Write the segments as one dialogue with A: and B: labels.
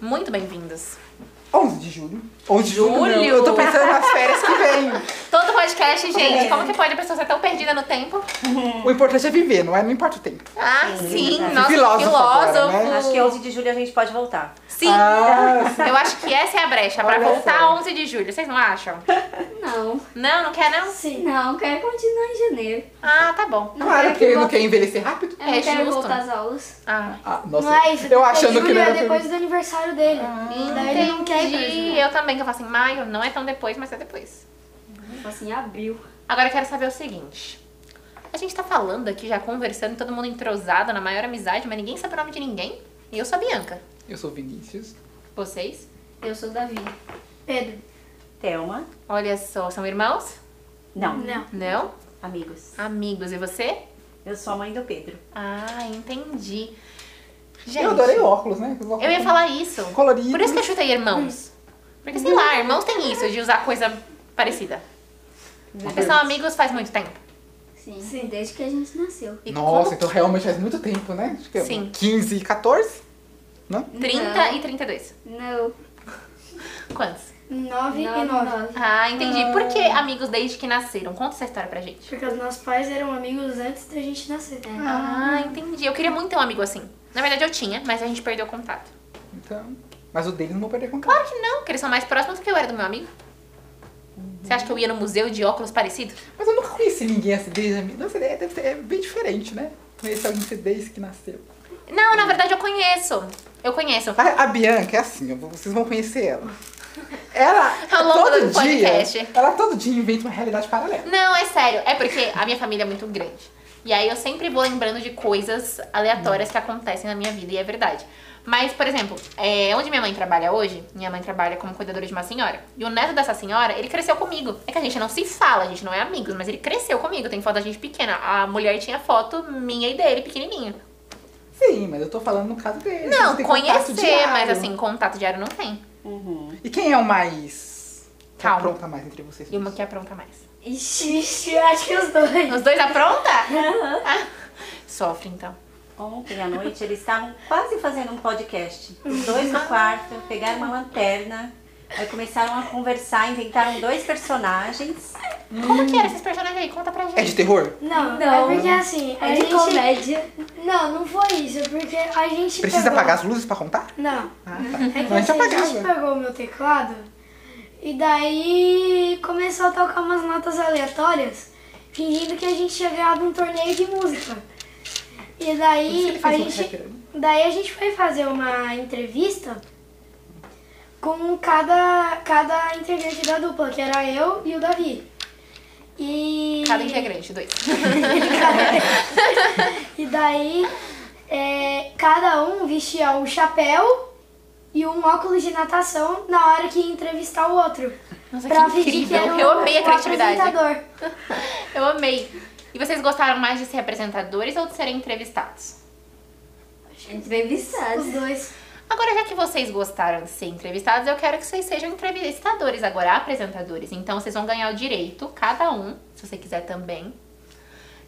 A: Muito bem-vindos.
B: 11 de julho. 11 de julho.
A: Julho?
B: não. Eu tô pensando nas férias que vem.
A: Todo podcast, gente,
C: É.
A: como que pode a pessoa ser tão perdida no tempo?
B: O importante é viver, não é? Não importa o tempo.
A: Ah, sim,
C: verdade.
A: nosso filósofo.
B: Filósofo agora, né?
C: Acho que 11 de julho a gente pode voltar.
A: Sim,
B: Ah,
A: eu acho que essa é a brecha, pra
B: Olha
A: voltar
B: só.
A: 11 de julho, vocês não acham?
D: Não.
A: Não, não quer não?
C: Sim.
D: Não, quero continuar em janeiro.
A: Ah, tá bom.
D: Não
B: Assim. claro,
D: quero
B: porque ele não
D: volte-
B: quer envelhecer rápido.
D: Eu não
A: É
D: quero
A: justo.
D: voltar às aulas.
A: Ah,
B: Ah, nossa,
E: Mas
B: eu achando
E: é
B: que não
E: julho
B: era
E: é depois do aniversário dele.
D: Ah,
E: Daí ele não quer
A: entendi.
E: ir pra Disney.
A: Eu também, que eu falo assim, maio não é tão depois, mas é depois.
D: Tipo assim, em abril.
A: Agora eu quero saber o seguinte. A gente tá falando aqui, já conversando, todo mundo entrosado, na maior amizade, mas ninguém sabe o nome de ninguém. E eu sou a Bianca.
B: Eu sou Vinícius.
A: Vocês?
D: Eu sou Davi.
E: Pedro.
C: Thelma?
A: Olha só, são irmãos?
C: Não.
E: Não.
A: Não?
C: Amigos.
A: Amigos. E você?
C: Eu sou a mãe do Pedro.
A: Ah, entendi. Gente,
B: Eu adorei óculos, né? Os óculos
A: eu ia falar isso.
B: Colorido.
A: Por isso que é eu chutei irmãos.
B: Hum.
A: Porque, sei lá, irmãos tem isso, de usar coisa parecida. Vocês são amigos faz muito tempo.
D: Sim.
E: Sim.
D: Desde que a gente nasceu.
A: E
B: Nossa,
A: quando-
B: então realmente faz muito tempo, né? Acho que é
A: Sim.
B: 15 e 14?
A: 30
D: Não.
A: e 32.
D: Não.
A: Quantos?
E: 9 e
D: Nove,
E: 9.
D: nove.
A: Ah, entendi. Por que amigos desde que nasceram? Conta essa história pra gente.
E: Porque os nossos pais eram amigos antes da gente nascer.
D: É.
A: Ah, entendi. Eu queria muito ter um amigo assim. Na verdade, eu tinha, mas a gente perdeu o contato.
B: Então. Mas o deles não vou perder contato.
A: Claro que não, porque eles são mais próximos do que eu era do meu amigo. Você acha que eu ia no museu de óculos parecido?
B: Mas eu nunca conheci ninguém assim desde a minha. Nossa, é, deve ser- é bem diferente, né? Conheci alguém que desde que nasceu.
A: Não, na verdade, eu conheço. Eu conheço.
B: A, a Bianca é assim, eu vou- vocês vão conhecer ela. Ela
A: Ao longo
B: todo
A: do
B: dia,
A: podcast.
B: ela todo dia inventa uma realidade paralela.
A: Não, é sério. É porque a minha família é muito grande. E aí eu sempre vou lembrando de coisas aleatórias que acontecem na minha vida, e é verdade. Mas, por exemplo, é, onde minha mãe trabalha hoje, minha mãe trabalha como cuidadora de uma senhora. E o neto dessa senhora, ele cresceu comigo. É que a gente não se fala, a gente não é amigos, mas ele cresceu comigo. Tem foto da gente pequena. A mulher tinha foto minha e dele, pequenininha.
B: Sim, mas eu tô falando no caso dele.
A: Não,
B: vocês têm contato
A: conhecer,
B: diário.
A: mas assim, contato diário não tem.
C: Uhum.
B: E quem é o mais. que
A: Calma.
B: apronta mais entre vocês?
A: E uma que apronta mais.
E: Ixi, Ixi, eu acho que os dois.
A: Os dois apronta? Ah, sofre então.
C: Ontem à noite eles estavam quase fazendo um podcast. Os dois no quarto, pegaram uma lanterna, aí começaram a conversar, inventaram dois personagens.
A: Como que era esses personagens aí? Conta pra gente.
B: É de terror?
E: Não,
D: Não.
E: é porque assim, a
D: É de
E: gente...
D: comédia.
E: Não, não foi isso, é porque a gente
B: Precisa
E: pegou-
B: apagar as luzes pra contar?
E: Não.
B: Ah, tá.
E: É que
B: Mas
E: assim, a gente
B: apagava.
E: pegou o meu teclado e daí começou a tocar umas notas aleatórias, fingindo que a gente tinha ganhado um torneio de música. E daí
B: Por isso que ele
E: a
B: fez um
E: gente,
B: hacker, né?
E: daí a gente foi fazer uma entrevista com cada, cada integrante da dupla, que era eu e o Davi. E
A: Cada integrante, dois.
E: e daí, é, cada um vestia um chapéu e um óculos de natação na hora que ia entrevistar o outro.
A: Nossa,
E: pra
A: que
E: fingir
A: incrível.
E: que era
A: Eu
E: o-
A: amei a
E: o
A: criatividade.
E: apresentador.
A: Eu amei. E vocês gostaram mais de ser apresentadores ou de serem entrevistados?
D: Entrevistados.
E: Os dois.
A: Agora, já que vocês gostaram de ser entrevistados, eu quero que vocês sejam entrevistadores agora, apresentadores. Então, vocês vão ganhar o direito, cada um, se você quiser também,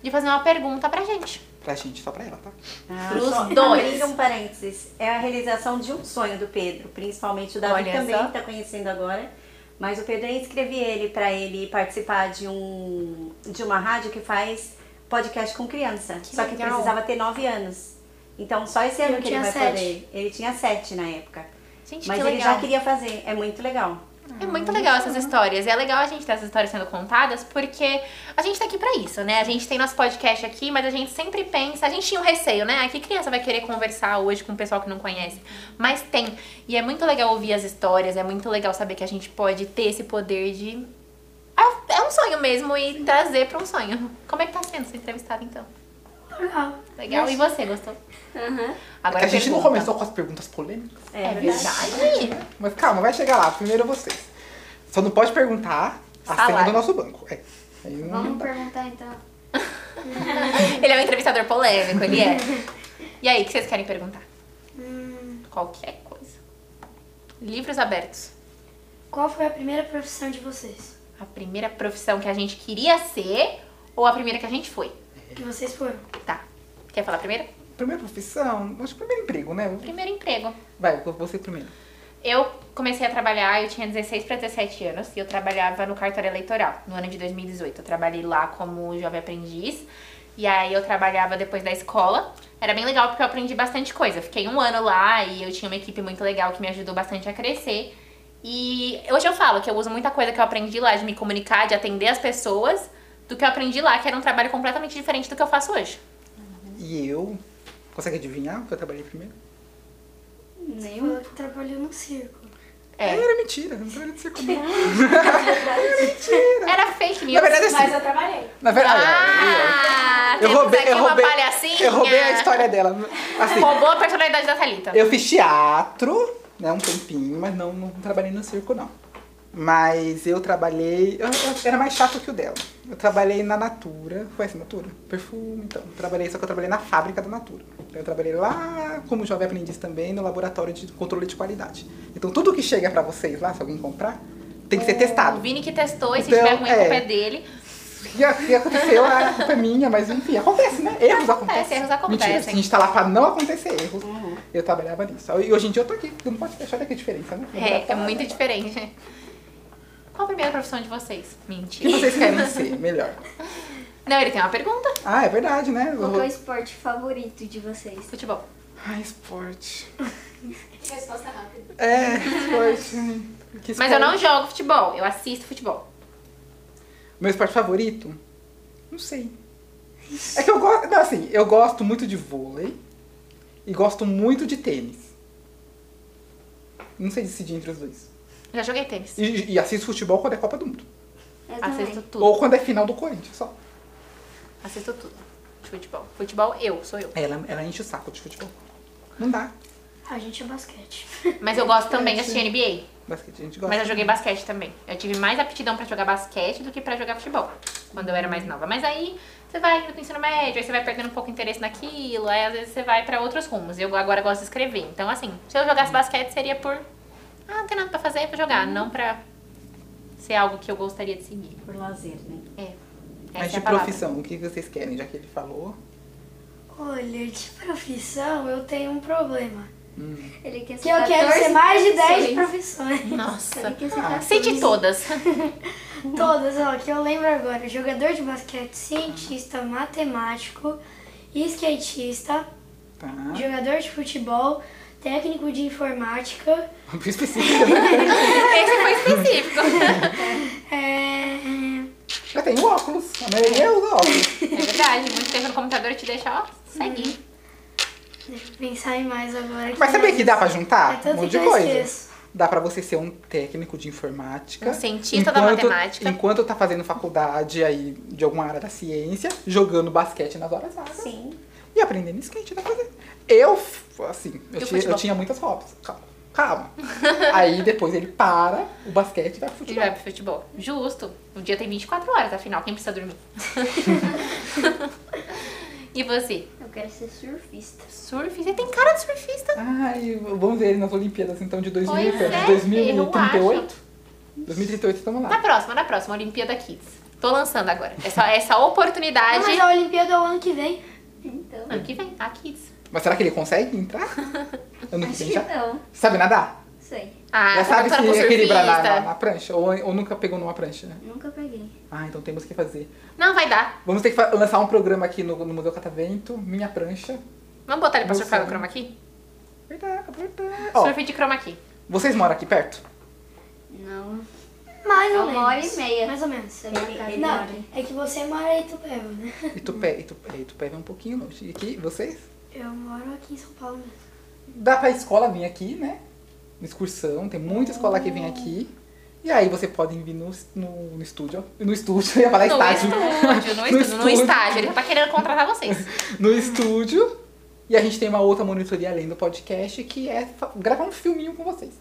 A: de fazer uma pergunta pra gente.
B: Pra gente, só pra ela, tá?
C: Ah,
A: Pros
C: só
A: dois.
C: abrindo um parênteses, é a realização de um sonho do Pedro, principalmente o Davi
A: Olha
C: também
A: só.
C: está conhecendo agora. Mas o Pedro eu inscrevi ele para ele participar de um de uma rádio que faz podcast com criança. só que
A: legal.
C: precisava ter 9 anos. Então só esse ano
E: Eu
C: que ele
E: tinha
C: vai
E: sete.
C: poder. Ele tinha 7 na época.
A: Gente,
C: Mas
A: que
C: ele
A: legal.
C: já queria fazer. É muito legal.
A: É muito legal essas histórias. E é legal a gente ter essas histórias sendo contadas, porque a gente tá aqui pra isso, né? A gente tem nosso podcast aqui, mas a gente sempre pensa. A gente tinha um receio, né? Ah, que criança vai querer conversar hoje com o pessoal que não conhece? Mas tem. E é muito legal ouvir as histórias, é muito legal saber que a gente pode ter esse poder de. É é um sonho mesmo e trazer pra um sonho. Como é que tá sendo ser entrevistada então?
E: Legal.
A: Legal. E você, gostou?
D: Aham.
A: Agora
B: É a gente não
A: pergunta.
B: começou com as perguntas polêmicas.
C: É,
A: É
C: verdade.
A: verdade.
B: Mas calma, vai chegar lá. Primeiro vocês. Só não pode perguntar a senha
A: Salário.
B: do nosso banco. É. Aí não-
D: Vamos perguntar então.
A: Ele é um entrevistador polêmico, ele é. E aí, o que vocês querem perguntar? Qualquer coisa. Livros abertos.
E: Qual foi a primeira profissão de vocês?
A: A primeira profissão que a gente queria ser ou a primeira que a gente foi?
E: Que vocês foram?
A: Tá. Quer falar primeiro?
B: Primeira profissão, acho que primeiro emprego, né?
A: Primeiro emprego.
B: Vai, você primeiro.
A: Eu comecei a trabalhar, eu tinha 16 para 17 anos e eu trabalhava no cartório eleitoral no ano de 2018. Eu trabalhei lá como jovem aprendiz e aí eu trabalhava depois da escola. Era bem legal porque eu aprendi bastante coisa. Eu Fiquei um ano lá e eu tinha uma equipe muito legal que me ajudou bastante a crescer. E hoje eu falo que eu uso muita coisa que eu aprendi lá de me comunicar, de atender as pessoas, do que eu aprendi lá, que era um trabalho completamente diferente do que eu faço hoje.
B: E eu? Consegue adivinhar o que eu trabalhei primeiro?
D: Nenhum.
E: Eu trabalhei num circo.
A: É.
B: Era mentira, não trabalhei de ser comum.
A: Era fake news.
B: Na verdade,
F: Mas
B: assim.
F: eu trabalhei.
B: Na verdade,
A: Ah,
B: eu
A: temos
B: roubei,
A: aqui
B: eu
A: uma
B: roubei,
A: palhacinha.
B: eu roubei a história dela. Assim,
A: Roubou a personalidade da Thalita.
B: Eu fiz teatro, né, um tempinho, mas não, não trabalhei no circo, não. Mas eu trabalhei. eu- eu- era mais chato que o dela. Eu trabalhei na Natura. Conhece Natura? Perfume, então. Trabalhei, só que eu trabalhei na fábrica da Natura. Eu trabalhei lá como jovem aprendiz também, no laboratório de controle de qualidade. Então tudo que chega pra vocês lá, se alguém comprar, tem que ser
A: O
B: testado.
A: Vini que testou, e se
B: Então,
A: tiver ruim, a culpa
B: é.
A: é dele.
B: O que o que aconteceu, a culpa é minha, mas enfim, acontece, né? Erros acontecem.
A: erros acontecem. Uhum.
B: Mentira, a gente tá lá pra não acontecer erros. Eu trabalhava nisso. E hoje em dia eu tô aqui, porque não pode deixar daqui a diferença, né?
A: É, é muito diferente. Qual a primeira profissão de vocês?
B: O que
A: Mentira.
B: vocês querem ser melhor?
A: Não, ele tem uma pergunta.
B: Ah, é verdade, né?
D: Qual que é o esporte favorito de vocês?
A: Futebol.
B: Ah, esporte.
F: Resposta rápida.
B: É, esporte. Que
A: Mas eu não
B: esporte?
A: jogo futebol, eu assisto futebol.
B: Meu esporte favorito? Não sei. É que eu gosto. Não, assim, eu gosto muito de vôlei e gosto muito de tênis. Não sei decidir entre os dois.
A: Já joguei tênis.
B: E, e assisto futebol quando é Copa do Mundo.
E: Ah,
D: Eu
A: Assisto
D: também.
A: tudo.
B: Ou quando é final do Corinthians, só.
A: Assisto tudo. De futebol. Futebol, eu, sou eu.
B: Ela, ela enche o saco de futebol. Não dá.
E: A gente é basquete.
A: Mas eu gosto também de assistir NBA.
B: Basquete, a gente gosta.
A: Mas eu joguei basquete também. Eu tive mais aptidão pra jogar basquete do que pra jogar futebol quando eu era mais nova. Mas aí você vai indo pro ensino médio, aí você vai perdendo um pouco de interesse naquilo, aí às vezes você vai pra outros rumos. Eu agora gosto de escrever. Então, assim, se eu jogasse basquete seria por. Ah, não tem nada pra fazer, vou jogar. Não pra ser algo que eu gostaria de seguir.
C: Por lazer, né?
A: É. Essa
B: Mas
A: é
B: de
A: a palavra.
B: profissão, o que vocês querem, já que ele falou?
E: Olha, de profissão eu tenho um problema.
D: Ele quer ser
E: Que
A: tá
E: eu quero
D: 14
E: ser mais de 10
D: profissões.
E: profissões.
D: Ele
A: Nossa.
D: quer ser 14.
A: Sente todas.
E: Todas, ó, que eu lembro agora. Jogador de basquete, cientista, matemático, skatista,
B: Tá.
E: jogador de futebol, técnico de informática,
B: Muito específico, né?
A: Esse foi específico.
E: é...
B: Eu tenho óculos. A maioria usa óculos.
A: É verdade, muito tempo no computador te deixa, ó, seguir.
E: Deixa eu pensar em mais agora.
B: Mas sabia que dá pra
E: É
B: juntar?
E: tanto
B: um monte
E: que
B: de
E: eu
B: coisa.
E: esqueço.
B: Dá pra você ser um técnico de informática.
A: Um cientista da matemática.
B: Enquanto tá fazendo faculdade aí de alguma área da ciência, jogando basquete nas horas vagas.
C: Sim.
B: E aprendendo skate, dá pra fazer. Eu, f- assim,
A: E o
B: eu, tinha, eu
A: futebol?
B: tinha muitas hobbies. Calma. Calma. aí depois ele para o basquete e vai pro
A: Ele
B: futebol.
A: vai pro futebol. Justo. O dia tem 24 horas, afinal, quem precisa dormir? e você?
D: Eu quero ser surfista.
A: Surf? Você tem cara de surfista?
B: Ai, vamos ver ele nas Olimpíadas então de 2000,
A: Pois é,
B: 2038. 2038, estamos então lá.
A: Na próxima, na próxima, Olimpíada Kids. Tô lançando agora. É Essa, essa oportunidade.
E: Não, mas a Olimpíada é o ano que vem.
D: Então,
A: Ano que vem, a Kids.
B: Mas será que ele consegue entrar? Eu não
D: acho
B: sei
D: que
B: já.
D: não.
B: Sabe nadar?
D: Sei.
A: Ah, tá
B: já sabe
A: perguntando
B: se
A: pro
B: equilibrar na, na,
A: surfista.
B: na prancha? Ou, ou nunca pegou numa prancha? né?
D: Nunca peguei.
B: Ah, então temos que fazer.
A: Não, vai dar.
B: Vamos ter que fa- lançar um programa aqui no, no Museu Catavento, Minha Prancha.
A: Vamos botar ele pra
B: Não
A: surfar
B: sei.
A: no chroma key?
B: Verdade, verdade. Ó,
A: Surf de chroma key.
B: vocês moram aqui perto?
D: Não.
E: Mais
D: É
E: ou menos.
D: uma hora e meia.
E: Mais ou menos.
D: Sei lá, cara,
E: Não,
D: hora.
E: é que você mora em Itupeva, né?
B: Itupé, Itupé, Itupé é um pouquinho longe. E aqui, vocês?
E: Eu moro aqui em São Paulo mesmo.
B: Dá pra escola vir aqui, né? Uma excursão, tem muita escola que vem
A: Hum.
B: aqui. E aí vocês podem vir no, no, no estúdio. No estúdio, eu ia falar
A: No
B: estágio.
A: estúdio, no, estúdio, no estágio. Ele tá querendo contratar vocês.
B: no estúdio. E a gente tem uma outra monitoria além do podcast que é fa- gravar um filminho com vocês.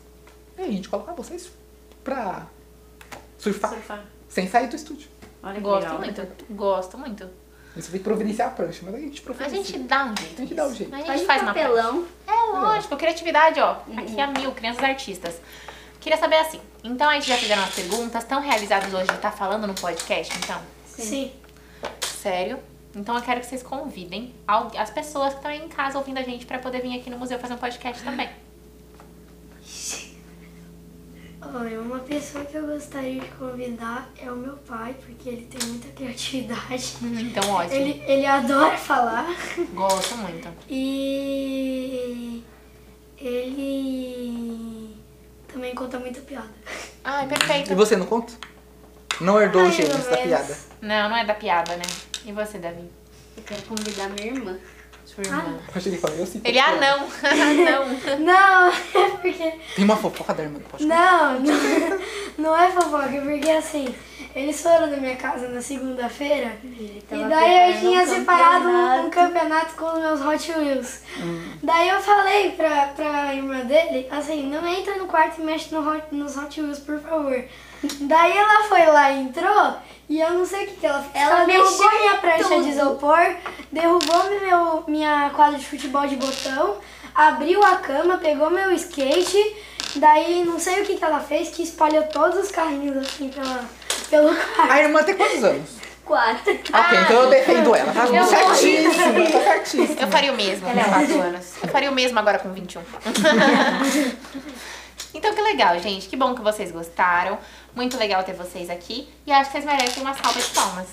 B: E aí a gente coloca vocês pra surfar
C: Surfar.
B: sem sair do estúdio.
C: Olha que
A: Gosto
C: legal.
A: muito. Gosto muito.
B: Você tem que providenciar a prancha, mas a gente
A: A
B: providencia.
A: gente dá um jeito.
B: A gente dá um
A: nisso.
B: jeito.
A: A gente
D: Faz um
A: faz uma
D: papelão.
A: Uhum. É lógico, criatividade, ó. Aqui a mil, crianças artistas. Queria saber assim. Então a gente já fizeram as perguntas, estão realizados hoje de estar falando no podcast, então?
E: Sim.
A: Sério? Então eu quero que vocês convidem al- as pessoas que estão aí em casa ouvindo a gente pra poder vir aqui no museu fazer um podcast também.
E: Olha, uma pessoa que eu gostaria de convidar é o meu pai, porque ele tem muita criatividade.
A: Então ótimo.
E: Ele, ele adora falar
A: Gosto muito.
E: e ele também conta muita piada.
A: Ai,
B: E
A: perfeito.
B: você não conta? Não herdou os
E: Mais ou
B: gênios da
E: menos.
B: piada.
A: Não, não é da piada, né? E você, Davi?
D: Eu quero convidar minha irmã.
A: Sua irmã.
B: Eu cheguei e falei, eu sinto.
A: Ah. Ele, ah, não. não.
E: Não, é porque
B: Tem uma fofoca da irmã do podcast.
E: Não, não, não é fofoca, porque assim, eles foram na minha casa na segunda-feira
D: tava
E: e daí eu
D: preparando
E: tinha
D: um
E: separado um, um
D: campeonato.
E: campeonato com os meus Hot Wheels.
D: Hum.
E: Daí eu falei pra, pra irmã dele, assim, não entra no quarto e mexe no hot, nos Hot Wheels, por favor. Daí ela foi lá e entrou e eu não sei o que, que ela fez.
D: Ela mexeu
E: derrubou
D: em
E: minha prancha
D: tudo.
E: de isopor, derrubou meu, minha quadra de futebol de botão, abriu a cama, pegou meu skate, daí não sei o que, que ela fez, que espalhou todos os carrinhos assim pela, pelo quarto.
B: A irmã tem quantos anos?
D: Quatro.
B: Ah, ok, então eu defendo ela. Tá
A: eu vou-
B: certíssima, tá certíssima.
A: Eu faria o mesmo com 4 anos. Eu faria o mesmo agora com 21. então, que legal, gente. Que bom que vocês gostaram. Muito legal ter vocês aqui. E acho que vocês merecem uma salva de palmas.